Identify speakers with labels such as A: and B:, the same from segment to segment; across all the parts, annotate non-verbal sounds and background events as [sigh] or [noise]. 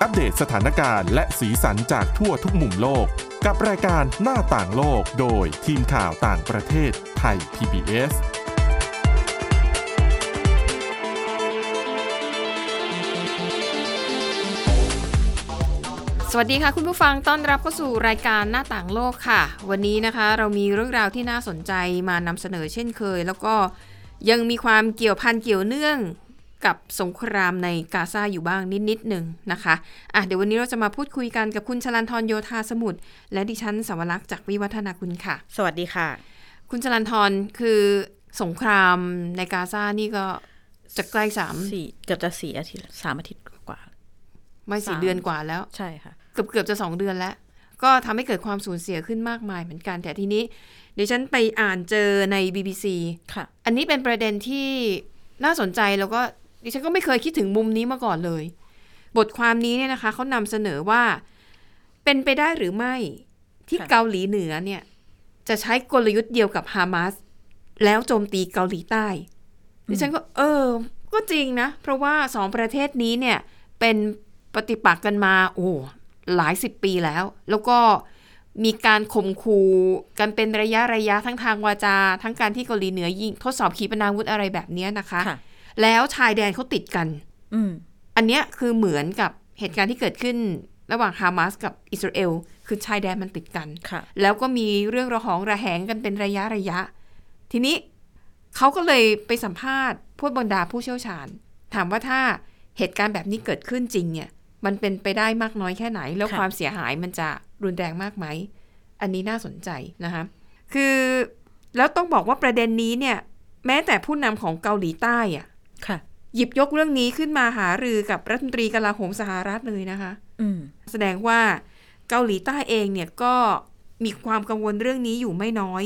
A: อัปเดตสถานการณ์และสีสันจากทั่วทุกมุมโลก กับรายการหน้าต่างโลกโดยทีมข่าวต่างประเทศไทย PBS
B: สวัสดีค่ะ คุณผู้ฟังต้อนรับเข้าสู่รายการหน้าต่างโลกค่ะ วันนี้นะคะเรามีเรื่องราวที่น่าสนใจมานำเสนอเช่นเคย แล้วก็ยังมีความเกี่ยวพันเกี่ยวเนื่องกับสงครามในกาซาอยู่บ้างนิดนิดๆหนึ่งนะคะอ่ะเดี๋ยววันนี้เราจะมาพูดคุยกันกับคุณชลันทรโยธาสมุทรและดิฉันสวรักษ์จากวิวัฒนาคุณค่ะ
C: สวัสดีค่ะ
B: คุณชลันทรคือสงครามในกาซานี่ก็จะใกล้สาม
C: สี่เกือบจะสี่อาทิตย์สามอาทิตย์กว่า
B: ไม่สี่
C: สาม
B: เดือนกว่าแล้ว
C: ใช่ค่ะ
B: เกือบเกือบจะสองเดือนแล้ว ก็ทำให้เกิดความสูญเสียขึ้นมากมายเหมือนกัน แต่ทีนี้เดี๋ยวฉันไปอ่านเจอใน BBC
C: ค่ะ
B: อันนี้เป็นประเด็นที่น่าสนใจแล้วก็ดิฉันก็ไม่เคยคิดถึงมุมนี้มาก่อนเลย บทความนี้เนี่ยนะคะเขานำเสนอว่าเป็นไปได้หรือไม่ที่
C: ค่ะ
B: เกาหลีเหนือเนี่ย จะใช้กลยุทธ์เดียวกับฮามาสแล้วโจมตีเกาหลีใต้ ดิฉันก็เออ ก็จริงนะ เพราะว่าสองประเทศนี้เนี่ย เป็นปฏิปักษ์กันมา โอ้หลายสิบปีแล้ว แล้วก็มีการข่มขู่กันเป็นระยะระยะทั้งทางวาจา ทั้งการที่เกาหลีเหนือยิงทดสอบขีปนาวุธอะไรแบบเนี้ยนะคะ
C: ค่ะ
B: แล้วชายแดนเขาติดกัน
C: อืม
B: อันเนี้ยคือเหมือนกับเหตุการณ์ที่เกิดขึ้นระหว่างฮามาสกับอิสราเอลคือชายแดนมันติดกัน
C: ค่ะ
B: แล้วก็มีเรื่องระหองระแหงกันเป็นระยะระยะ ทีนี้เขาก็เลยไปสัมภาษณ์พวกบรรดาผู้เชี่ยวชาญ ถามว่าถ้าเหตุการณ์แบบนี้เกิดขึ้นจริงเนี่ย มันเป็นไปได้มากน้อยแค่ไหน แล้ว
C: ค่ะ
B: ความเสียหายมันจะรุนแรงมากไหม อันนี้น่าสนใจนะคะ คือแล้วต้องบอกว่าประเด็นนี้เนี่ย แม้แต่ผู้นำของเกาหลีใต้อะ
C: ค่ะ
B: หยิบยกเรื่องนี้ขึ้นมาหารือกับรัฐมนตรีกลาโหมสหรัฐเลยนะคะ
C: อืม
B: แสดงว่าเกาหลีใต้เองเนี่ยก็มีความกังวลเรื่องนี้อยู่ไม่น้อย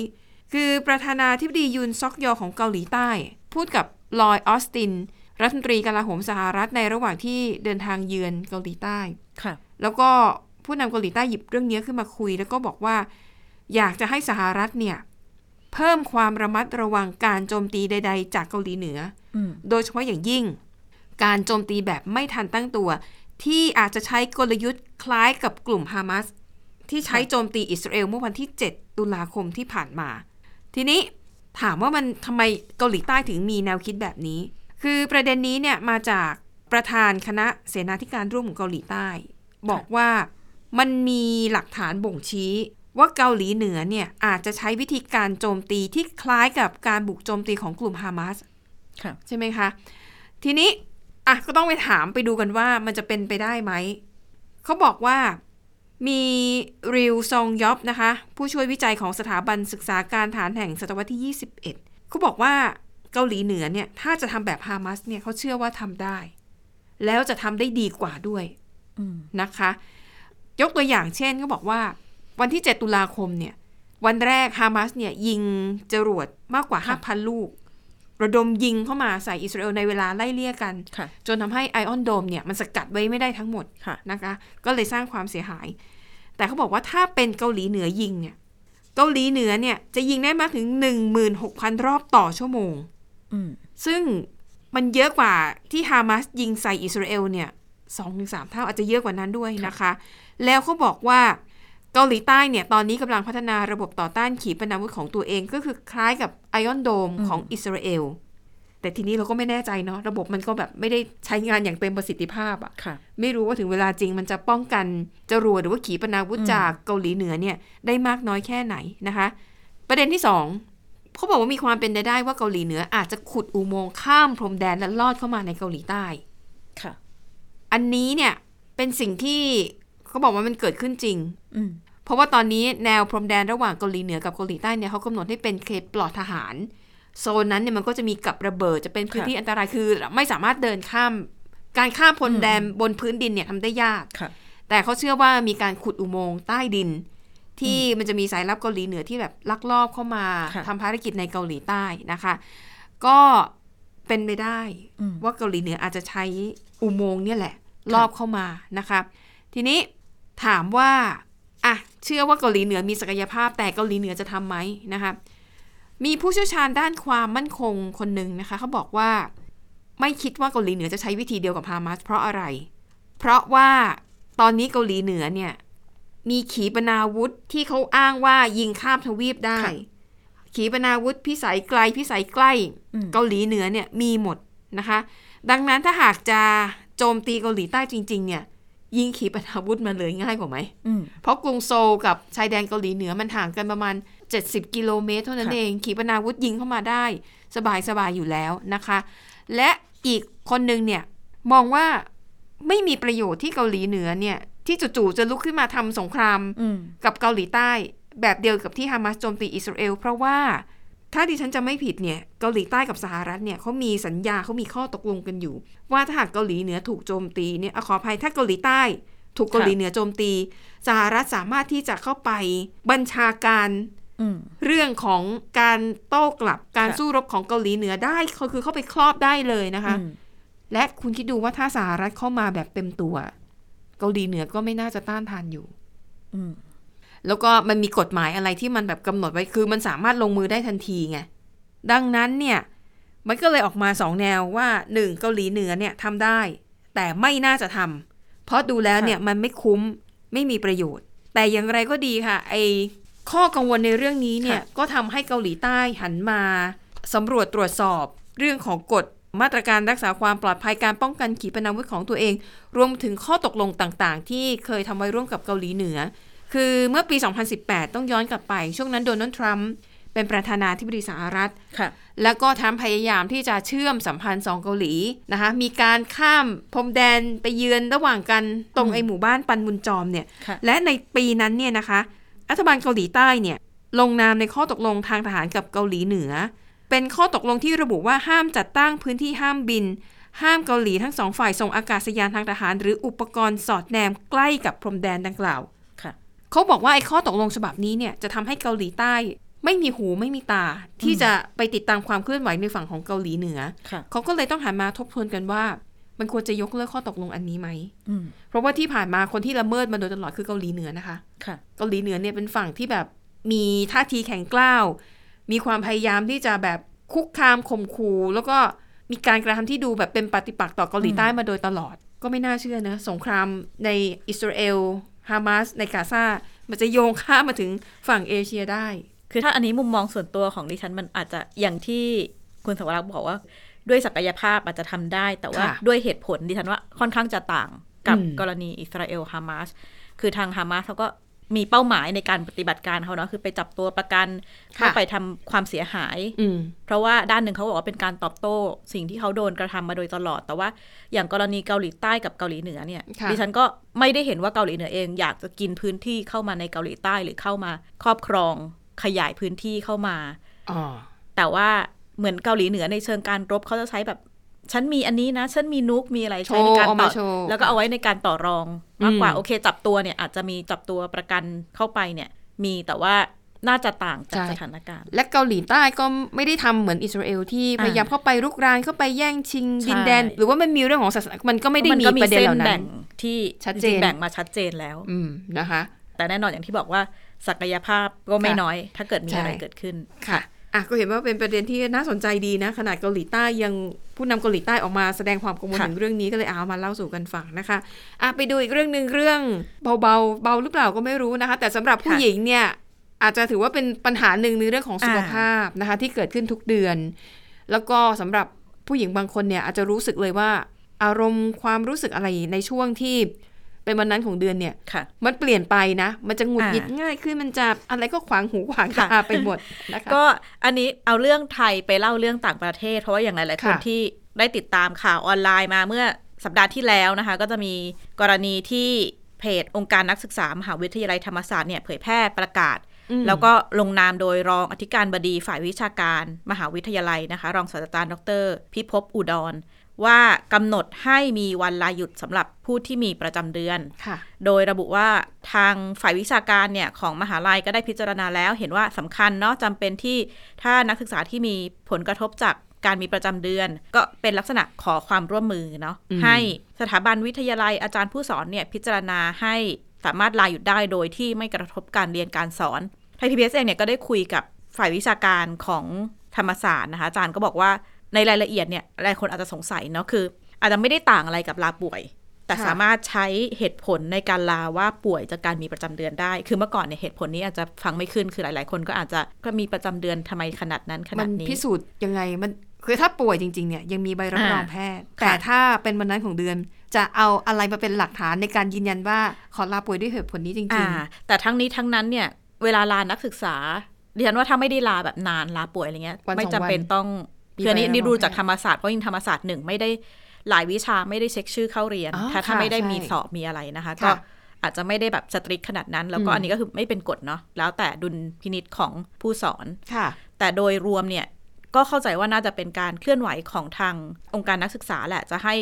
B: คือประธานาธิบดียุนซอกยอของเกาหลีใต้ พูดกับลอยออสติน รัฐมนตรีกลาโหมสหรัฐในระหว่างที่เดินทางเยือนเกาหลีใต้
C: ค่ะ
B: แล้วก็ผู้นำเกาหลีใต้หยิบเรื่องนี้ขึ้นมาคุย แล้วก็บอกว่า อยากจะให้สหรัฐเนี่ยเพิ่มความระมัดระวังการโจมตีใด ๆ จากเกาหลีเหนือ
C: อืม
B: โดยเฉพาะอย่างยิ่ง การโจมตีแบบไม่ทันตั้งตัว ที่อาจจะใช้กลยุทธ์คล้ายกับกลุ่มฮามาสที่ใช้โจมตีอิสราเอลเมื่อวันที่ 7 ตุลาคมที่ผ่านมา ทีนี้ถามว่ามันทำไมเกาหลีใต้ถึงมีแนวคิดแบบนี้ คือประเด็นนี้เนี่ยมาจากประธานคณะเสนาธิการร่วมของเกาหลีใต้ บอกว่ามันมีหลักฐานบ่งชี้ ว่าเกาหลีเหนือเนี่ยอาจจะใช้วิธีการโจมตีที่คล้ายกับการบุกโจมตีของกลุ่มฮามาส
C: ค่ะ
B: ใช่ไหมคะ ทีนี้อ่ะก็ต้องไปถามไปดูกันว่ามันจะเป็นไปได้ไหม เขาบอกว่ามีริวซองยอบนะคะ ผู้ช่วยวิจัยของสถาบันศึกษาการฐานแห่งศตวรรษที่ 21 เขาบอกว่าเกาหลีเหนือเนี่ยถ้าจะทำแบบฮามาสเนี่ยเขาเชื่อว่าทำได้ แล้วจะทำได้ดีกว่าด้วย
C: อืม
B: นะคะ ยกตัวอย่างเช่นก็บอกว่าวันที่ 7 ตุลาคมเนี่ยวันแรกฮามาสเนี่ยยิงจรวดมากกว่า
C: ค่ะ
B: 5,000 ลูก ระดมยิงเข้ามาใส่อิสราเอลในเวลาไล่เลี่ยกัน
C: ค่ะ
B: จนทำให้ไอออนโดมเนี่ยมันสกัดไว้ไม่ได้ทั้งหมด
C: ค่ะ
B: นะคะ ก็เลยสร้างความเสียหาย แต่เขาบอกว่าถ้าเป็นเกาหลีเหนือยิงเนี่ยเกาหลีเหนือเนี่ยจะยิงได้มากถึง 16,000 รอบต่อชั่วโมง
C: อืม
B: ซึ่งมันเยอะกว่าที่ฮามาสยิงใส่อิสราเอลเนี่ยสองถึงสามเท่าอาจจะเยอะกว่านั้นด้วยนะคะ แล้วเขาบอกว่าเกาหลีใต้เนี่ยตอนนี้กำลังพัฒนาระบบต่อต้านขีปนาวุธของตัวเองก็คือคล้ายกับไอออนโดม
C: อืม
B: ของอิสราเอล แต่ทีนี้เราก็ไม่แน่ใจเนาะระบบมันก็แบบไม่ได้ใช้งานอย่างเต็มประสิทธิภาพอะ
C: ค่ะ
B: ไม่รู้ว่าถึงเวลาจริงมันจะป้องกันจรวดหรือว่าขีปนาวุธ
C: อืม
B: จากเกาหลีเหนือเนี่ยได้มากน้อยแค่ไหนนะคะ ประเด็นที่สองเขาบอกว่ามีความเป็นไปได้ว่าเกาหลีเหนืออาจจะขุดอุโมงค์ข้ามพรมแดนและลอดเข้ามาในเกาหลีใต้
C: ค่ะ
B: อันนี้เนี่ยเป็นสิ่งที่เขาบอกว่ามันเกิดขึ้นจริง
C: อืม
B: เพราะว่าตอนนี้แนวพรมแดนระหว่างเกาหลีเหนือกับเกาหลีใต้เนี่ยเขากำหนดให้เป็นเขตปลอดทหาร โซนนั้นเนี่ยมันก็จะมีกับระเบิดจะเป็นพื้นที่อันตรายคือไม่สามารถเดินข้าม การข้ามพรมแดนบนพื้นดินเนี่ยทำได้ยาก
C: ค่ะ
B: แต่เขาเชื่อว่ามีการขุดอุโมงค์ใต้ดิน ที่มันจะมีสายลับเกาหลีเหนือที่แบบลักลอบเข้ามา
C: ค่ะ
B: ทำภารกิจในเกาหลีใต้นะคะ ก็เป็นไปได้
C: อืม
B: ว่าเกาหลีเหนืออาจจะใช้อุโมงค์เนี่ยแหละ ลอบเข้ามานะคะ ทีนี้ถามว่าอ่ะเชื่อว่าเกาหลีเหนือมีศักยภาพแต่เกาหลีเหนือจะทำไหมนะคะ มีผู้เชี่ยวชาญด้านความมั่นคงคนหนึ่งนะคะ เขาบอกว่าไม่คิดว่าเกาหลีเหนือจะใช้วิธีเดียวกับฮามาสเพราะอะไร เพราะว่า ตอนนี้เกาหลีเหนือเนี่ย มีขีปนาวุธที่เขาอ้างว่ายิงข้ามทวีปได้
C: ค่ะ
B: ขีปนาวุธพิสัยไกลพิสัยใกล้
C: อืม
B: เกาหลีเหนือเนี่ยมีหมดนะคะ ดังนั้นถ้าหากจะโจมตีเกาหลีใต้จริง ๆ เนี่ย ยิงขีปนาวุธมาเลยง่ายกว่าไหม
C: อืม
B: เพราะกรุงโซลกับชายแดนเกาหลีเหนือมันห่างกันประมาณ 70 กิโลเมตรเท่านั้น
C: ค่ะ
B: เอง ขีปนาวุธยิงเข้ามาได้ สบายสบายอยู่แล้วนะคะ และอีกคนหนึ่งเนี่ย มองว่าไม่มีประโยชน์ที่เกาหลีเหนือเนี่ย ที่จู่ๆจะลุกขึ้นมาทำสงคราม
C: อืม
B: กับเกาหลีใต้แบบเดียวกับที่ฮามาสโจมตีอิสราเอล เพราะว่าถ้าดิฉันจะไม่ผิดเนี่ยเกาหลีใต้กับสหรัฐเนี่ยเขามีสัญญาเขามีข้อตกลงกันอยู่ ว่าถ้าหากเกาหลีเหนือถูกโจมตีเนี่ยอะขออภัยถ้าเกาหลีใต้ ถูกเกาหลีเหนือโจมตี สหรัฐสามารถที่จะเข้าไปบัญชาการ
C: อืม
B: เรื่องของการโต้กลับการ
C: ค่ะ
B: สู้รบของเกาหลีเหนือได้เขาคือเข้าไปครอบได้เลยนะคะ
C: อืม
B: และคุณคิดดูว่าถ้าสหรัฐเข้ามาแบบเต็มตัว เกาหลีเหนือก็ไม่น่าจะต้านทานอยู่
C: อืม
B: แล้วก็มันมีกฎหมายอะไรที่มันแบบกำหนดไว้คือมันสามารถลงมือได้ทันทีไง ดังนั้นเนี่ยมันก็เลยออกมาสองแนวว่าหนึ่งเกาหลีเหนือเนี่ยทำได้ แต่ไม่น่าจะทำเพราะดูแล้วเนี่ยมันไม่คุ้มไม่มีประโยชน์ แต่อย่างไรก็ดีค่ะไอข้อกังวลในเรื่องนี้เนี่ย
C: ค่ะ
B: ก็ทำให้เกาหลีใต้หันมาสำรวจตรวจสอบ เรื่องของกฎมาตรการรักษาความปลอดภัยการป้องกันขีปนาวุธของตัวเอง รวมถึงข้อตกลงต่างๆ ที่เคยทำไว้ร่วมกับเกาหลีเหนือ คือเมื่อปี 2018 ต้องย้อนกลับไป ช่วงนั้นโดนัลด์ทรัมป์เป็นประธานาธิบดีสหรัฐ
C: ค่ะ
B: แล้วก็ทรัมป์พยายามที่จะเชื่อมสัมพันธ์สองเกาหลีนะคะ มีการข้ามพรมแดนไปเยือนระหว่างกันตรงไอหมู่บ้านปันมุนจอมเนี่ย
C: ค่ะ
B: และในปีนั้นเนี่ยนะคะรัฐบาลเกาหลีใต้เนี่ยลงนามในข้อตกลงทางทหารกับเกาหลีเหนือ เป็นข้อตกลงที่ระบุว่าห้ามจัดตั้งพื้นที่ห้ามบิน ห้ามเกาหลีทั้งสองฝ่ายส่งอากาศยานทางทหาร หรืออุปกรณ์สอดแนมใกล้กับพรมแดนดังกล่าว
C: ค่ะ
B: เขาบอกว่าไอ้ข้อตกลงฉบับนี้เนี่ยจะทำให้เกาหลีใต้ ไม่มีหูไม่มีตา ที่จะไปติดตามความเคลื่อนไหวในฝั่งของเกาหลีเหนือ
C: ค่ะ
B: เขาก็เลยต้องหันมาทบทวนกันว่า มันควรจะยกเลิกข้อตกลงอันนี้ไหม
C: อืม
B: เพราะว่าที่ผ่านมาคนที่ละเมิดมาโดยตลอดคือเกาหลีเหนือนะคะ
C: ค่ะ
B: เกาหลีเหนือเนี่ยเป็นฝั่งที่แบบมีท่าทีแข็งกล้าว มีความพยายามที่จะแบบคุกคามข่มขู่แล้วก็มีการกระทำที่ดูแบบเป็นปฏิปักษ์ต่อเกาหลีใต้มาโดยตลอด ก็ไม่น่าเชื่อนะสงครามในอิสราเอลฮามาสในกาซามันจะโยงข้ามมาถึงฝั่งเอเชียได้
C: คือถ้าอันนี้มุมมองส่วนตัวของดิฉันมันอาจจะอย่างที่คุณสวรักษ์บอกว่า ด้วยศักยภาพอาจจะทำได้ แต่ว่า
B: ค่ะ
C: ด้วยเหตุผลดิฉันว่าค่อนข้างจะต่างกับ
B: อืม
C: กรณีอิสราเอลฮามาสคือทางฮามาสเขาก็มีเป้าหมายในการปฏิบัติการเขาเนาะคือไปจับตัวประกันเข้าไปทำความเสียหาย
B: อืม
C: เพราะว่าด้านหนึ่งเขาบอกว่าเป็นการตอบโต้ สิ่งที่เขาโดนกระทำมาโดยตลอด แต่ว่าอย่างกรณีเกาหลีใต้กับเกาหลีเหนือเนี่ย
B: ค่ะ
C: ดิฉันก็ไม่ได้เห็นว่าเกาหลีเหนือเองอยากจะกินพื้นที่เข้ามาในเกาหลีใต้หรือเข้ามา ครอบครองขยายพื้นที่เข้ามา
B: อ๋อ
C: แต่ว่าเหมือนเกาหลีเหนือในเชิงการรบเขาจะใช้แบบฉันมีอันนี้นะฉันมีนุกมีอะไรใช้ในการ
B: โชว์เอา
C: ต่
B: มา
C: อ
B: โชว์
C: แล้วก็เอาไว้ในการต่อรองมากกว่า
B: อืม
C: โอเค จับตัวเนี่ยอาจจะมีจับตัวประกันเข้าไปเนี่ย มีแต่ว่าน่าจะต่างจาก
B: ใช่
C: สถานการณ์
B: และเกาหลีใต้ก็ไม่ได้ทำเหมือนอิสราเอลที่พยายามเข้าไปรุกรานเข้าไปแย่งชิงดินแดน
C: ใช่
B: หรือว่ามันมีเรื่องของศาสนามันก็ไม่ได้
C: มัน
B: มี
C: ก็
B: ประเด็น
C: ส้
B: เหล่านั้
C: แบ่
B: น
C: งที่
B: ชัดเจน
C: ริงๆแบ่งมาชัดเจนแล้ว
B: อืมนะคะ
C: แต่แน่นอนอย่างที่บอกว่าศักยภาพก็ไม่
B: ค่ะ
C: น้อย ถ้าเกิดมี
B: ใช่
C: อะไรเกิดขึ้น
B: ค่ะ อ่ะ ก็เห็นว่าเป็นประเด็นที่น่าสนใจดีนะ ขนาดเกาหลีใต้ยังผู้นำเกาหลีใต้ออกมาแสดงความกังวล
C: ค่ะ
B: ถึงเรื่องนี้ก็เลยเอามาเล่าสู่กันฟังนะคะ อ่ะ ไปดูอีกเรื่องหนึ่งเรื่องเบาๆ เบาหรือเปล่าก็ไม่รู้นะคะ แต่สำหรับผู้หญิงเนี่ย อาจจะถือว่าเป็นปัญหาหนึ่งในเรื่องของสุขภาพนะคะ ที่เกิดขึ้นทุกเดือน แล้วก็สำหรับผู้หญิงบางคนเนี่ยอาจจะรู้สึกเลยว่า อารมณ์ความรู้สึกอะไรในช่วงที่เป็นวันนั้นของเดือนเนี่ย
C: ค่ะ
B: มันเปลี่ยนไปนะ มันจะหงุดหงิด
C: อ่า
B: ง่ายขึ้นมันจะอะไรก็ขวางหูขวาง
C: ค่ะ
B: ตาไปหมดนะคะ
C: ก็อันนี้เอาเรื่องไทยไปเล่าเรื่องต่างประเทศ เพราะว่าอย่างหลายๆคน
B: ค่ะ
C: ที่ได้ติดตามข่าวออนไลน์มาเมื่อสัปดาห์ที่แล้วนะคะ ก็จะมีกรณีที่เพจองค์การนักศึกษามหาวิทยาลัยธรรมศาสตร์เนี่ยเผยแพร่ประกาศ
B: อืม
C: แล้วก็ลงนามโดยรองอธิการบดีฝ่ายวิชาการ มหาวิทยาลัยนะคะ รองศาสตราจารย์ดร พิภพอุดร ว่ากำหนดให้มีวันลาหยุดสำหรับผู้ที่มีประจำเดือน
B: ค่ะ
C: โดยระบุว่าทางฝ่ายวิชาการเนี่ยของมหาลัยก็ได้พิจารณาแล้ว เห็นว่าสำคัญเนาะจำเป็นที่ถ้านักศึกษาที่มีผลกระทบจากการมีประจำเดือน ก็เป็นลักษณะขอความร่วมมือเนาะ
B: อืม
C: ให้สถาบันวิทยาลัยอาจารย์ผู้สอนเนี่ยพิจารณาให้สามารถลาหยุดได้โดยที่ไม่กระทบการเรียนการสอนไทยพีบีเอเนี่ยก็ได้คุยกับฝ่ายวิชาการของธรรมศาสตร์นะคะอาจารย์ก็บอกว่าในรายละเอียดเนี่ยหลายคนอาจจะสงสัยเนาะคือ อาจจะไม่ได้ต่างอะไรกับลาป่วย แต่
B: ค่ะ
C: สามารถใช้เหตุผลในการลาว่าป่วยจากการมีประจำเดือนได้ คือเมื่อก่อนเนี่ยเหตุผลนี้อาจจะฟังไม่ขึ้น คือหลาย ๆ คนก็อาจจะก็มีประจำเดือนทำไมขนาดนั้นข
B: มั
C: นาดนี้
B: พิสูจน์ยังไงมันคือถ้าป่วยจริงๆเนี่ยยังมีใบรับรอง
C: อ่า
B: แพทย์ แต่ถ้าเป็นวันนั้นของเดือน จะเอาอะไรมาเป็นหลักฐานในการยืนยันว่าขอลาป่วยด้วยเหตุผลนี้จริง
C: อ่าแต่ทั้งนี้ทั้งนั้นเนี่ยเวลาลานักศึกษาดิฉันว่าถ้าไม่ได้ลาแบบนานลาป่วยอะไรเงี้ย
B: วันสอง
C: ไม่จำเป็นต้อง
B: มี
C: คืออนนี้
B: ใบรับรอง
C: นี่ดูจากธรรมศาสตร์เพราะยิ่งธรรมศาสตร์หนึ่งไม่ได้หลายวิชาไม่ได้เช็คชื่อเข้าเรียน
B: อ๋อ
C: ถ้า
B: ค่ะ
C: ถ้าไม่ได้มี
B: ใช่
C: สอบมีอะไรนะคะ ก็
B: ค่ะ
C: อาจจะไม่ได้แบบสตริกขนาดนั้น แล้วก็
B: อืม
C: อันนี้ก็คือไม่เป็นกฎเนาะแล้วแต่ดุลพินิษของผู้สอน
B: ๆ ค่ะ
C: แต่โดยรวมเนี่ยก็เข้าใจว่าน่าจะเป็นการเคลื่อนไหวของทางองค์การนักศึกษาแหละ จะให้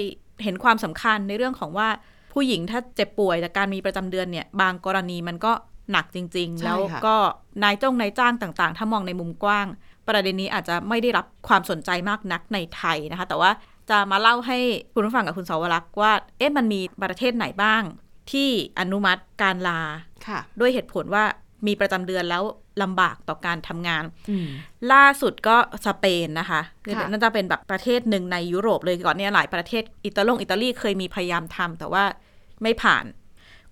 C: เห็นความสำคัญในเรื่องของว่าผู้หญิงถ้าเจ็บป่วยจากการมีประจำเดือนเนี่ยบางกรณีมันก็หนักจริง ๆ
B: ใช่ค่ะ
C: แล้วก็นายจ้องนายจ้างต่างๆ ถ้ามองในมุมกว้าง ประเด็นนี้อาจจะไม่ได้รับความสนใจมากนักในไทยนะคะ แต่ว่าจะมาเล่าให้คุณผู้ฟังกับคุณสาวรักษ์ว่าเอ๊ะมันมีประเทศไหนบ้าง ที่อนุมัติการลา
B: ค่ะ
C: ด้วยเหตุผลว่ามีประจำเดือนแล้วลำบากต่อการทำงาน
B: อืม
C: ล่าสุดก็สเปนนะคะคือ
B: ค่ะ
C: น่าจะเป็นแบบประเทศหนึ่งในยุโรปเลยก่อนเนี่ยหลายประเทศอิตาลงอิตาลีเคยมีพยายามทำแต่ว่าไม่ผ่าน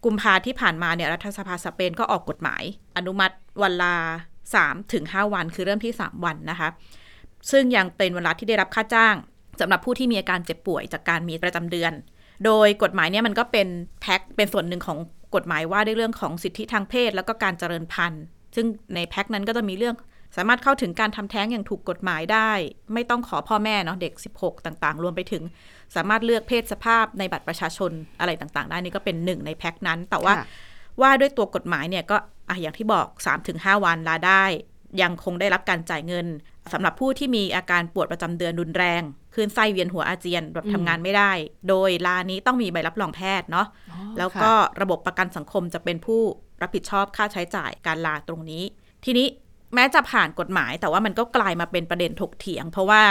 C: กุมภาที่ผ่านมาเนี่ยรัฐสภาสเปนก็ออกกฎหมาย อนุมัติวันลา3ถึง5วัน คือเริ่มที่ 3 วันนะคะ ซึ่งยังเป็นเวลาที่ได้รับค่าจ้างสำหรับผู้ที่มีอาการเจ็บป่วยจากการมีประจำเดือน โดยกฎหมายเนี่ยมันก็เป็นแพ็คเป็นส่วนหนึ่งของกฎหมายว่าด้วยเรื่องของสิทธิทางเพศ แล้วก็การเจริญพันธุ์ ซึ่งในแพ็คนั้นก็จะมีเรื่องสามารถเข้าถึงการทำแท้งอย่างถูกกฎหมายได้ ไม่ต้องขอพ่อแม่เนาะเด็ก 16 ต่างๆ รวมไปถึง สามารถเลือกเพศสภาพในบัตรประชาชนอะไรต่างๆ ได้นี่ก็เป็นหนึ่งในแพ็คนั้นแต่ว่า
B: ค่ะ
C: ว่าด้วยตัวกฎหมายเนี่ยก็อ่ะอย่างที่บอก 3-5 วันลาได้ ยังคงได้รับการจ่ายเงินสำหรับผู้ที่มีอาการปวดประจำเดือนรุนแรงคลื่นไส้เวียนหัวอาเจียนแบบ
B: อืม
C: ทำงานไม่ได้ โดยลานี้ต้องมีใบรับรองแพทย์เนาะ
B: อ๋อ
C: แล้ว
B: ค่ะ
C: ก็ระบบประกันสังคมจะเป็นผู้รับผิดชอบค่าใช้จ่ายการลาตรงนี้ ทีนี้แม้จะผ่านกฎหมาย แต่ว่ามันก็กลายมาเป็นประเด็นถกเถียง เพราะว่า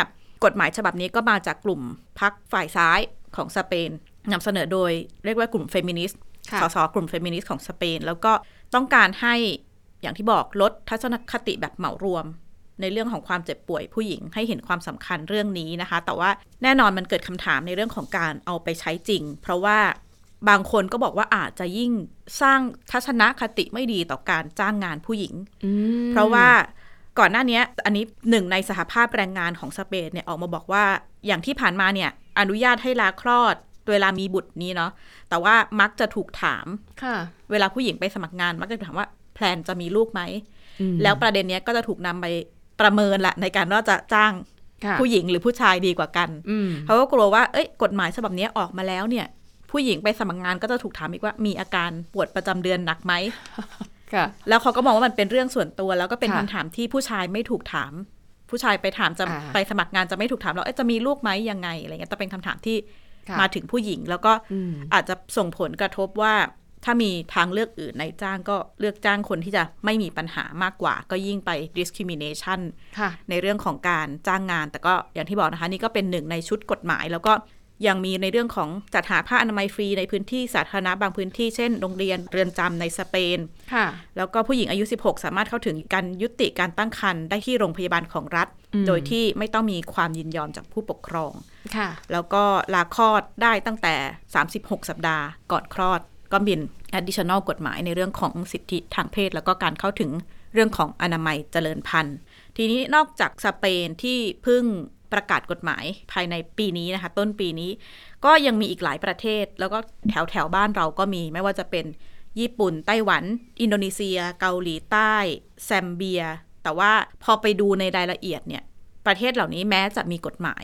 C: กฎหมายฉบับนี้ก็มาจากกลุ่มพักฝ่ายซ้ายของสเปนนำเสนอโดยเรียกว่ากลุ่มเฟมินิสต์
B: ค่ะ
C: สสกลุ่มเฟมินิสต์ของสเปน แล้วก็ต้องการให้อย่างที่บอกลดทัศนคติแบบเหมารวม ในเรื่องของความเจ็บป่วยผู้หญิงให้เห็นความสำคัญเรื่องนี้นะคะ แต่ว่าแน่นอนมันเกิดคำถามในเรื่องของการเอาไปใช้จริง เพราะว่าบางคนก็บอกว่าอาจจะยิ่งสร้างทัศนคติไม่ดีต่อการจ้างงานผู้หญิง
B: อืม
C: เพราะว่าก่อนหน้าเนี้ยอันนี้หนึ่งในสหภาพแรงงานของสเปนเนี่ยออกมาบอกว่าอย่างที่ผ่านมาเนี่ยอนุญาตให้ลาคลอดเวลามีบุตรนี้เนาะแต่ว่ามักจะถูกถาม
B: ค่ะ
C: เวลาผู้หญิงไปสมัครงานมักจะถามว่าแพลนจะมีลูกไหม
B: อืม
C: แล้วประเด็นเนี้ยก็จะถูกนำไปประเมินแหละในการว่าจะจ้าง
B: ค่ะ
C: ผู้หญิงหรือผู้ชายดีกว่ากัน
B: อืม
C: เขาก็กลัวว่าเอ้ยกฎหมายฉบับเนี้ยออกมาแล้วเนี่ย ผู้หญิงไปสมัครงานก็จะถูกถามอีกว่ามีอาการปวดประจำเดือนหนักไหม
B: ค่ะ
C: แล้วเขาก็มองว่ามันเป็นเรื่องส่วนตัว แล้วก็เป็น
B: ค่ะ
C: คำถามที่ผู้ชายไม่ถูกถาม ผู้ชายไปถามจะ
B: อ่า
C: ไปสมัครงานจะไม่ถูกถามแล้วเอ๊ะจะมีลูกไหมยังไงอะไรเงี้ยแต่เป็นคำถามที่
B: ค่ะ
C: มาถึงผู้หญิง แล้วก็
B: อืม
C: อาจจะส่งผลกระทบว่า ถ้ามีทางเลือกอื่นในายจ้างก็เลือกจ้างคนที่จะไม่มีปัญหามากกว่า ก็ยิ่งไป discrimination
B: ค่ะ
C: ในเรื่องของการจ้างงาน แต่ก็อย่างที่บอกนะคะ นี่ก็เป็นหนึ่งในชุดกฎหมาย แล้วก็ยังมีในเรื่องของจัดหาผ้าอนามัยฟรีในพื้นที่สาธารณะบางพื้นที่เช่นโรงเรียนเรือนจำในสเปน
B: ค่ะ
C: แล้วก็ผู้หญิงอายุ 16 สามารถเข้าถึงการยุติการตั้งครรภ์ได้ที่โรงพยาบาลของรัฐ
B: อืม
C: โดยที่ไม่ต้องมีความยินยอมจากผู้ปกครอง
B: ค่ะ
C: แล้วก็ลาคลอดได้ตั้งแต่ 36 สัปดาห์ ก่อนคลอด ก็บิน additional กฎหมายในเรื่องของสิทธิทางเพศ แล้วก็การเข้าถึงเรื่องของอนามัยเจริญพันธุ์ ทีนี้นอกจากสเปนที่เพิ่งประกาศกฎหมายภายในปีนี้นะคะ ต้นปีนี้ ก็ยังมีอีกหลายประเทศ แล้วก็แถวแถวๆบ้านเราก็มีไม่ว่าจะเป็นญี่ปุ่น ไต้หวัน อินโดนีเซีย เกาหลีใต้ แซมเบีย แต่ว่าพอไปดูในรายละเอียดเนี่ย ประเทศเหล่านี้แม้จะมีกฎหมาย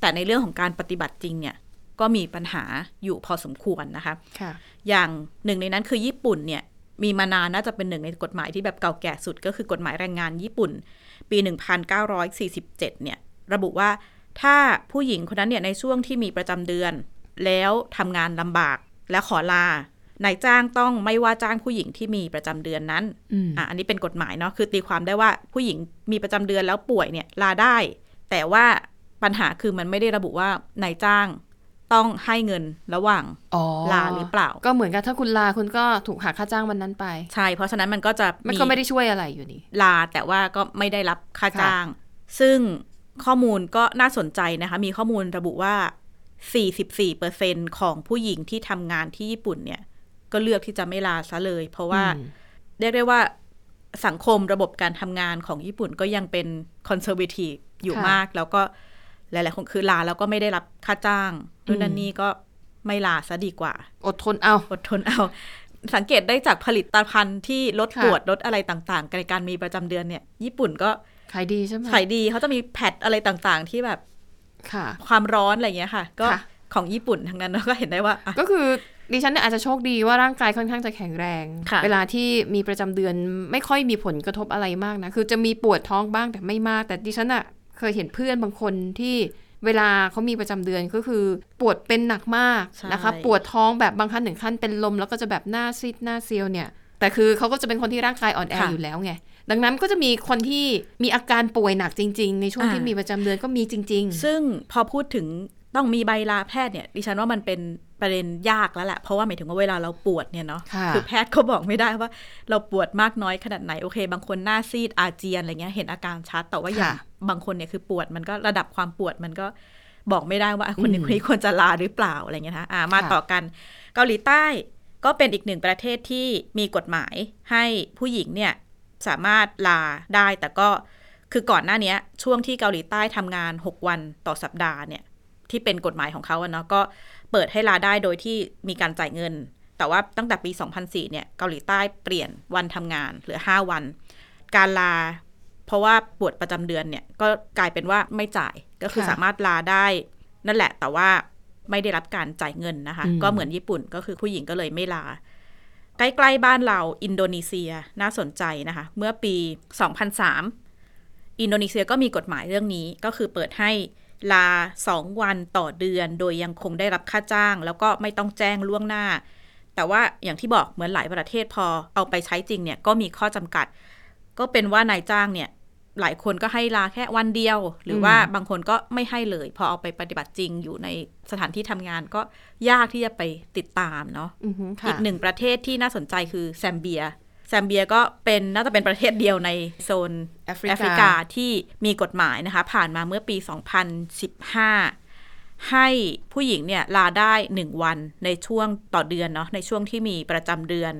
C: แต่ในเรื่องของการปฏิบัติจริงเนี่ยก็มีปัญหาอยู่พอสมควรนะคะ
B: ค่ะ
C: อย่างหนึ่งในนั้นคือญี่ปุ่นเนี่ยมีมานานน่าจะเป็นหนึ่งในกฎหมายที่แบบเก่าแก่สุด ก็คือกฎหมายแรงงานญี่ปุ่น ปี 1947 เนี่ยระบุว่าถ้าผู้หญิงคนนั้นเนี่ยในช่วงที่มีประจำเดือน แล้วทำงานลำบากและขอลานายจ้างต้องไม่ว่าจ้างผู้หญิงที่มีประจำเดือนนั้น
B: อืม
C: อ่ะอันนี้เป็นกฎหมายเนาะคือตีความได้ว่าผู้หญิงมีประจำเดือนแล้วป่วยเนี่ยลาได้ แต่ว่าปัญหาคือมันไม่ได้ระบุว่านายจ้างต้องให้เงินระหว่าง
B: อ๋อ
C: ลาหรือเปล่า
B: ก็เหมือนกันถ้าคุณลาคุณก็ถูกหักค่าจ้างวันนั้นไป
C: ใช่ เพราะฉะนั้นมันก็จะ
B: มันก็ไม่ได้ช่วยอะไรอยู่นี่
C: ลาแต่ว่าก็ไม่ได้รับค่า
B: ค่ะ
C: จ้าง ซึ่งข้อมูลก็น่าสนใจนะคะ มีข้อมูลระบุว่า 44%ของผู้หญิงที่ทำงานที่ญี่ปุ่นเนี่ย ก็เลือกที่จะไม่ลาซะเลย เพราะว่า
B: อืม
C: เรียกได้ว่าสังคมระบบการทำงานของญี่ปุ่นก็ยังเป็นคอนเซอร์วทีฟอยู่
B: ค่ะ
C: มาก แล้วก็หลายๆคนคือลาแล้วก็ไม่ได้รับค่าจ้างนู่นนั่
B: อื
C: น
B: ม
C: นี่ก็ไม่ลาซะดีกว่า
B: อดทนเอา
C: อดทนเอา สังเกตได้จากผลิตภัณฑ์ที่ลด
B: ค่ะ
C: ปวดลดอะไรต่างๆในการมีประจำเดือนเนี่ย ญี่ปุ่นก็
B: ขายดีใช่ไหม
C: ขายดีเขาจะมีแพดอะไรต่างๆ ที่แบบ
B: ค่ะ
C: ความร้อนอะไรอย่างเงี้ยค่ะ ก็
B: ค่ะ
C: ของญี่ปุ่นทั้งนั้นเนอะก็เห็นได้ว่าอ่ะ
B: ก็คือดิฉันเนี่ยอาจจะโชคดีว่าร่างกายค่อนข้างจะแข็งแรง
C: ค่ะ
B: เวลาที่มีประจำเดือนไม่ค่อยมีผลกระทบอะไรมากนะ คือจะมีปวดท้องบ้างแต่ไม่มาก แต่ดิฉันอะเคยเห็นเพื่อนบางคนที่เวลาเขามีประจำเดือนก็คือปวดเป็นหนักมากนะคะ ปวดท้องแบบบางขั้นถึงขั้นเป็นลม แล้วก็จะแบบหน้าซีดหน้าเซียวเนี่ย แต่คือเขาก็จะเป็นคนที่ร่างกายอ่อนแอ
C: ค่ะ
B: อยู่แล้วไง ดังนั้นก็จะมีคนที่มีอาการป่วยหนักจริง ๆ ในช่วง
C: อ่า
B: ที่มีประจำเดือนก็มีจริง
C: ซึ่งพอพูดถึงต้องมีใบลาแพทย์เนี่ย ดิฉันว่ามันเป็นประเด็นยากแล้วแหละเพราะว่าหมายถึงว่าเวลาเราปวดเนี่ยเนาะ
B: ค่ะ
C: อแพทย์ก็บอกไม่ได้ว่า เราปวดมากน้อยขนาดไหนโอเค บางคนหน้าซีดอาเจียนอะไรเงี้ยเห็นอาการชัดแต่ว่าอย่าง
B: ค่ะ
C: บางคนเนี่ยคือปวดมันก็ระดับความปวดมันก็บอกไม่ได้ว่าอ่ะคนนี้
B: อืม
C: [laughs] คนนี้ควรจะลาหรือเปล่าอะไรเงี้ยนะคะอ่ะมา
B: ค่ะ
C: ต่อกัน เกาหลีใต้ก็เป็นอีกหนึ่งประเทศที่มีกฎหมายให้ผู้หญิงเนี่ยสามารถลาได้แต่ก็คือก่อนหน้าเนี้ยช่วงที่เกาหลีใต้ทำงาน 6 วันต่อสัปดาห์เนี่ยที่เป็นกฎหมายของเขาอะเนาะก็เปิดให้ลาได้โดยที่มีการจ่ายเงิน แต่ว่าตั้งแต่ปี 2004เนี่ยเกาหลีใต้เปลี่ยนวันทำงานเหลือ 5 วัน การลา เพราะว่าปวดประจำเดือนเนี่ยก็กลายเป็นว่าไม่จ่ายก็คือ
B: ค่ะ
C: สามารถลาได้ นั่นแหละ แต่ว่าไม่ได้รับการจ่ายเงินนะคะ
B: อืม
C: ก็เหมือนญี่ปุ่นก็คือผู้หญิงก็เลยไม่ลา ใกล้ๆบ้านเราอินโดนีเซียน่าสนใจนะคะ เมื่อปี 2003 อินโดนีเซียก็มีกฎหมายเรื่องนี้ก็คือเปิดให้ลา 2 วันต่อเดือน โดยยังคงได้รับค่าจ้าง แล้วก็ไม่ต้องแจ้งล่วงหน้า แต่ว่าอย่างที่บอกเหมือนหลายประเทศพอเอาไปใช้จริงเนี่ยก็มีข้อจำกัด ก็เป็นว่านายจ้างเนี่ยหลายคนก็ให้ลาแค่วันเดียว หรืออ
B: ม
C: ว่าบางคนก็ไม่ให้เลย พอเอาไปปฏิบัติจริงอยู่ในสถานที่ทำงานก็ยากที่จะไปติดตามเนาะ
B: ๆอือฮึค่ะ
C: อีกหนึ่งประเทศที่น่าสนใจคือแซมเบีย แซมเบียก็เป็นน่าจะเป็นประเทศเดียวในโซน
B: แอฟ
C: แอฟ
B: ริ
C: ริ
B: กา
C: กาที่มีกฎหมายนะคะ ผ่านมาเมื่อปี 2015 ให้ผู้หญิงเนี่ยลาได้ 1 วันในช่วงต่อเดือนเนาะในช่วงที่มีประจำเดือน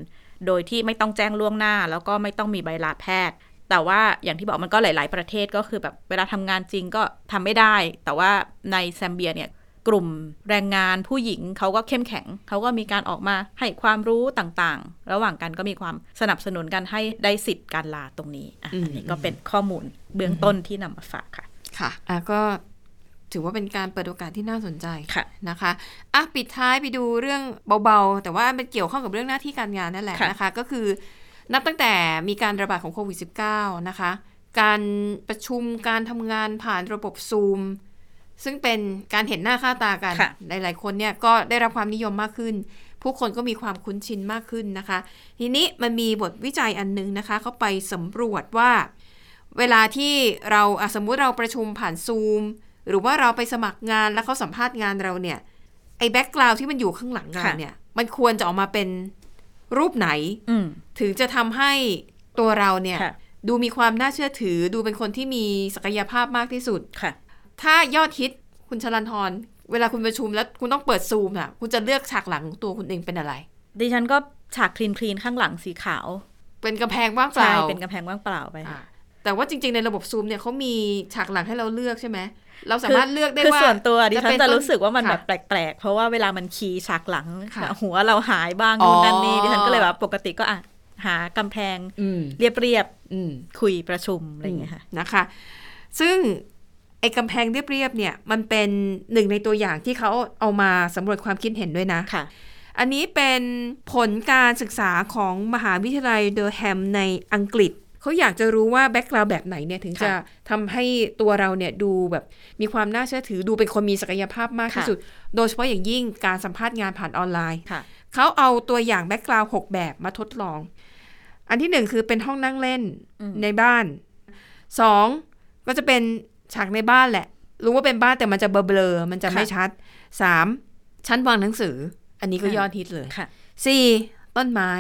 C: โดยที่ไม่ต้องแจ้งล่วงหน้า แล้วก็ไม่ต้องมีใบลาแพทย์ แต่ว่าอย่างที่บอกมันก็หลาย ๆ ประเทศก็คือแบบเวลาทำงานจริงก็ทำไม่ได้ แต่ว่าในแซมเบียเนี่ยกลุ่มแรงงานผู้หญิงเขาก็เข้มแข็ง เขาก็มีการออกมาให้ความรู้ต่างๆ ระหว่างกันก็มีความสนับสนุนกันให้ได้สิทธิ์การลาตรงนี้อะ
B: อืม
C: อันนี้ก็เป็นข้อมูลเบื้องต้นที่นำมาฝากค่ะ
B: ค่ะอ่ะ ก็ถือว่าเป็นการเปิดโอกาสที่น่าสนใจ
C: ค่ะ
B: นะคะอ่ะปิดท้ายไปดูเรื่องเบาๆ แต่ว่ามันเกี่ยวข้องกับเรื่องหน้าที่การงานนั่นแหละ
C: ค่ะ
B: นะคะ ก็คือนับตั้งแต่มีการระบาดของโควิด -19 นะคะ การประชุมการทำงานผ่านระบบซูม ซึ่งเป็นการเห็นหน้าค่าตากัน
C: ค่ะ
B: หลายๆคนเนี่ยก็ได้รับความนิยมมากขึ้น ผู้คนก็มีความคุ้นชินมากขึ้นนะคะ ทีนี้มันมีบทวิจัยอันนึงนะคะ เขาไปสำรวจว่า เวลาที่เราอ่ะสมมุติเราประชุมผ่านซูม หรือว่าเราไปสมัครงานแล้วเขาสัมภาษณ์งานเราเนี่ยไอ้แบ็กกราวที่มันอยู่ข้างหลังเรา
C: ค่ะ
B: เนี่ยมันควรจะออกมาเป็นรูปไหน
C: อืม
B: ถึงจะทำให้ตัวเราเนี่ย
C: ค่ะ
B: ดูมีความน่าเชื่อถือ ดูเป็นคนที่มีศักยภาพมากที่สุด
C: ค่ะ
B: ถ้ายอดฮิตคุณชลันทรเวลาคุณประชุมแล้วคุณต้องเปิดซูมอ่ะคุณจะเลือกฉากหลังของตัวคุณเองเป็นอะไร
C: ดิฉันก็ฉากคลีนคลีนๆข้างหลังสีขาว
B: เป็นกำแพงว่างเป
C: ใช่
B: ล่า
C: เป็นกำแพงว่างเปล่าไป
B: อ่า
C: ค่ะ
B: แต่ว่าจริง ๆ ในระบบซูมเนี่ยเขามีฉากหลังให้เราเลือกใช่ไหมเราสามารถเลือกได้
C: คือ
B: ว่า
C: ส่วนตัวดิฉัน
B: เป็น
C: จะ
B: ต้
C: รู้สึกว่ามัน
B: ค่ะ
C: แบบแปลกๆ เพราะว่าเวลามันคีย์ฉากหลัง
B: ค่ะ
C: หัวเราหายบ้าง
B: อ๋อ
C: นู่นนั่นนี่ดิฉันก็เลยแบบปกติก็อ่ะหากำแพง
B: อืม
C: เรียบ
B: อืม
C: ๆ คุยประชุมอะไรอย่างเงี้ยค่ะ
B: นะคะ ซึ่งไอ้กำแพงเรียบๆเนี่ยมันเป็นหนึ่งในตัวอย่างที่เขาเอามาสำรวจความคิดเห็นด้วยนะ
C: ค่ะ
B: อันนี้เป็นผลการศึกษาของมหาวิทยาลัยเดอแฮมในอังกฤษ เขาอยากจะรู้ว่าแบ็กกราวด์แบบไหนเนี่ยถึงจะ
C: ค่ะ
B: ทำให้ตัวเราเนี่ยดูแบบมีความน่าเชื่อถือดูเป็นคนมีศักยภาพมากที่
C: ค่ะ
B: สุด โดยเฉพาะอย่างยิ่งการสัมภาษณ์งานผ่านออนไลน์
C: ค่ะ
B: เขาเอาตัวอย่างแบ็กกราวด์หกแบบมาทดลอง อันที่หนึ่งคือเป็นห้องนั่งเล่น
C: อืม
B: ในบ้าน สองก็จะเป็นฉากในบ้านแหละ รู้ว่าเป็นบ้านแต่มันจะเบลอๆมันจะไม่ชัดสามชั้นวางหนังสือ อันนี้ก็ยอดฮิตเลย
C: ค่ะ
B: สี่ต้นไม้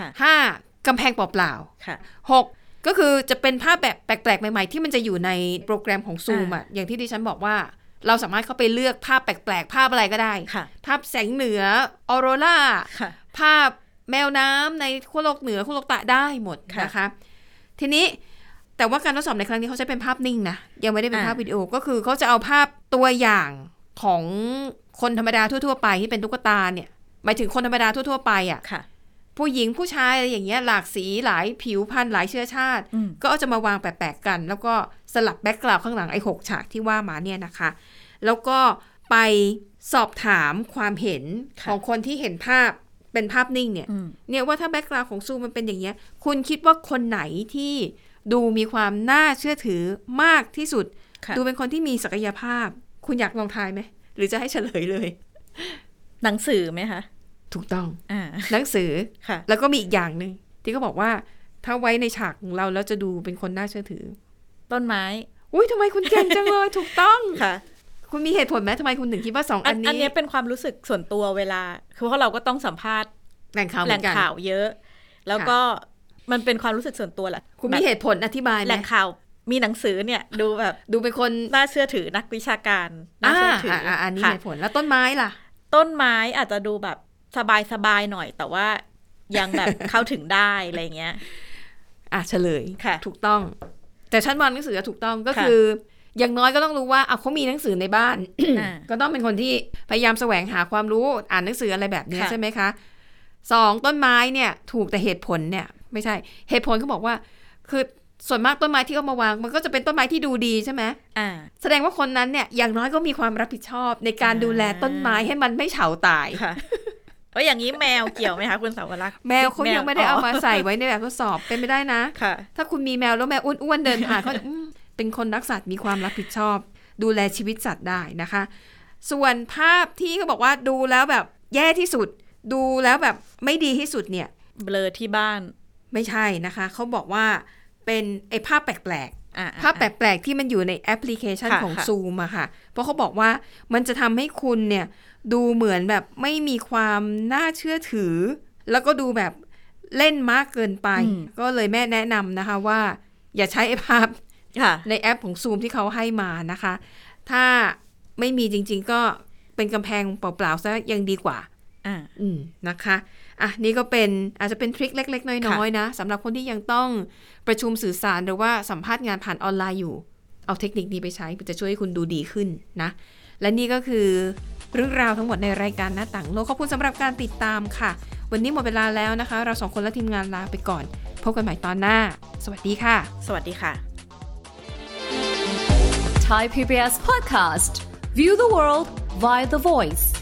C: ค่ะ
B: ห้ากำแพงเปล่า
C: ค่ะ
B: ๆหกก็คือจะเป็นภาพแบบแปลกๆ ใหม่ๆ ที่มันจะอยู่ในโปรแกรมของซูม
C: อ่า
B: อ่ะอย่างที่ดิฉันบอกว่า เราสามารถเข้าไปเลือกภาพแปลกๆ ภาพอะไรก็ได้
C: ค่ะ
B: ภาพแสงเหนือออโรรา
C: ค่ะ
B: ภาพแมวน้ำในขั้วโลกเหนือขั้วโลกใต้ได้หมด
C: ค่ะ
B: นะคะ ทีนี้แต่ว่าการทดสอบในครั้งนี้เขาใช้เป็นภาพนิ่งนะ ยังไม่ได้เป็น
C: อ่า
B: ภาพวิดีโอก็คือเขาจะเอาภาพตัวอย่างของคนธรรมดาทั่วๆ ไปที่เป็นตุ๊กตาเนี่ยหมายถึงคนธรรมดาทั่วๆไปอ่ะ
C: ค่ะ
B: ผู้หญิงผู้ชายอะไรอย่างเงี้ยหลากสีหลายผิวพรรณหลายเชื้อชาติ
C: อืม
B: ก็เอาจะมาวางแปลกๆกัน แล้วก็สลับแบ็กกราวด์ข้างหลังไอ้หกฉากที่ว่ามาเนี่ยนะคะ แล้วก็ไปสอบถามความเห็นของคนที่เห็นภาพเป็นภาพนิ่งเนี่ย
C: อืม
B: เนี่ยว่าถ้าแบ็กกราวด์ของซูมมันเป็นอย่างเงี้ยคุณคิดว่าคนไหนที่ดูมีความน่าเชื่อถือมากที่สุด
C: ค่ะ
B: ดูเป็นคนที่มีศักยภาพ คุณอยากลองทายไหมหรือจะให้เฉลยเลย
C: หนังสือไหมคะ
B: ถูกต้อง
C: อ่า
B: หนังสือ
C: ค่ะ
B: แล้วก็มีอีกอย่างหนึ่งที่เขาบอกว่า ถ้าไว้ในฉากของเราแล้วจะดูเป็นคนน่าเชื่อถือ
C: ต้นไม้
B: อุ้ยทำไมคุณเก่งจังเลย ถูกต้อง
C: ค่ะ
B: คุณมีเหตุผลไหมทำไมคุณถึงคิดว่าสอง
C: อั
B: อั
C: น
B: น
C: อัน
B: นี้
C: เนี้ยเป็นความรู้สึกส่วนตัวเวลา คือเพราะเราก็ต้องสัมภาษณ์
B: แหล่งข่าวเห
C: แห
B: มื
C: ล่
B: อง นกัน
C: ข่าวเยอะ แล้ว
B: ค่ะ
C: ก็มันเป็นความรู้สึกส่วนตัวแหละ
B: คุณ
C: แบ
B: มี
C: บ
B: เหตุผลอธิบายไหม
C: แหล่งข่าว มีหนังสือเนี่ยดูแบบ
B: ดูเป็นคน
C: น่าเชื่อถือนักวิชาการน่า
B: อ่า
C: เชื่อถื
B: อ่าอันนี้
C: ค่ะ
B: เหตุผลแล้วต้นไม้ล่ะ
C: ต้นไม้อาจจะดูแบบสบายสบายๆหน่อย แต่ว่ายังแบบ เข้าถึงได้อะไรเงี้ย
B: อ่ะเฉลย
C: ค่ะ
B: ถูกต้อง แต่ชั้นวันหนังสือถูกต้องก็
C: ค่ะ
B: คือ อย่างน้อยก็ต้องรู้ว่าอ่ะเขามีหนังสือในบ้าน
C: อ่า
B: ก็ต้องเป็นคนที่พยายามแสวงหาความรู้อ่านหนังสืออะไรแบบเนี้ย
C: ค่ะ
B: ใช่ไหมคะสองต้นไม้เนี่ยถูกแต่เหตุผลเนี่ย ไม่ใช่เหตุผลเขาบอกว่า คือส่วนมากต้นไม้ที่เอามาวาง มันก็จะเป็นต้นไม้ที่ดูดีใช่ไหม
C: อ่า
B: แสดงว่าคนนั้นเนี่ยอย่างน้อยก็มีความรับผิดชอบในการ
C: อ่า
B: ดูแลต้นไม้ให้มันไม่เฉาตาย
C: ค่ะเพราะอย่างนี้แมวเกี่ยวไหมคะคุณสาวรักษ์
B: แมวเขายังไม่ได้เอามาใส่ไว้ในแบบทดสอบเป็นไม่ได้นะ
C: ค่ะ
B: ถ้าคุณมีแมวแล้วแมวอ้วนๆเดินผ่ [laughs] านเขาจะอืมเป็นคนรักสัตว์มีความรับผิดชอบ ดูแลชีวิตสัตว์ได้นะคะ ส่วนภาพที่เขาบอกว่าดูแล้วแบบแย่ที่สุด ดูแล้วแบบไม่ดีที่สุดเนี่ย
C: เบลอที่บ้าน
B: ไม่ใช่นะคะ เขาบอกว่าเป็นไอภาพแปลก
C: อ่า
B: ๆ ภาพแปลกๆ ที่มันอยู่ในแอปพลิเคชัน
C: ค่ะ
B: ของ
C: ค่ะ
B: ซูมอะค่ะ เพราะเขาบอกว่ามันจะทำให้คุณเนี่ย ดูเหมือนแบบไม่มีความน่าเชื่อถือ แล้วก็ดูแบบเล่นมากเกินไป ก็เลยแม่แนะนำนะคะว่า อย่าใช้ไอภาพ
C: ค่ะ
B: ในแอปของ Zoom ที่เขาให้มานะคะ ถ้าไม่มีจริง ๆ ก็เป็นกำแพงเปล่าๆซะยังดีกว่า
C: อ่า
B: อืมนะคะ อ่ะ นี่ก็เป็นอาจจะเป็นทริคเล็ก ๆ น้อย ๆ นะสำหรับคนที่ยังต้องประชุมสื่อสารหรือว่าสัมภาษณ์งานผ่านออนไลน์อยู่ เอาเทคนิคนี้ไปใช้จะช่วยให้คุณดูดีขึ้นนะ และนี่ก็คือเรื่องราวทั้งหมดในรายการหน้าต่างโลกขอบคุณสำหรับการติดตามค่ะ วันนี้หมดเวลาแล้วนะคะ เราสองคนและทีมงานลาไปก่อน พบกันใหม่ตอนหน้า สวัสดีค่ะ
C: สวัสดีค่ะ
D: Thai PBS podcast. View the world via the voice.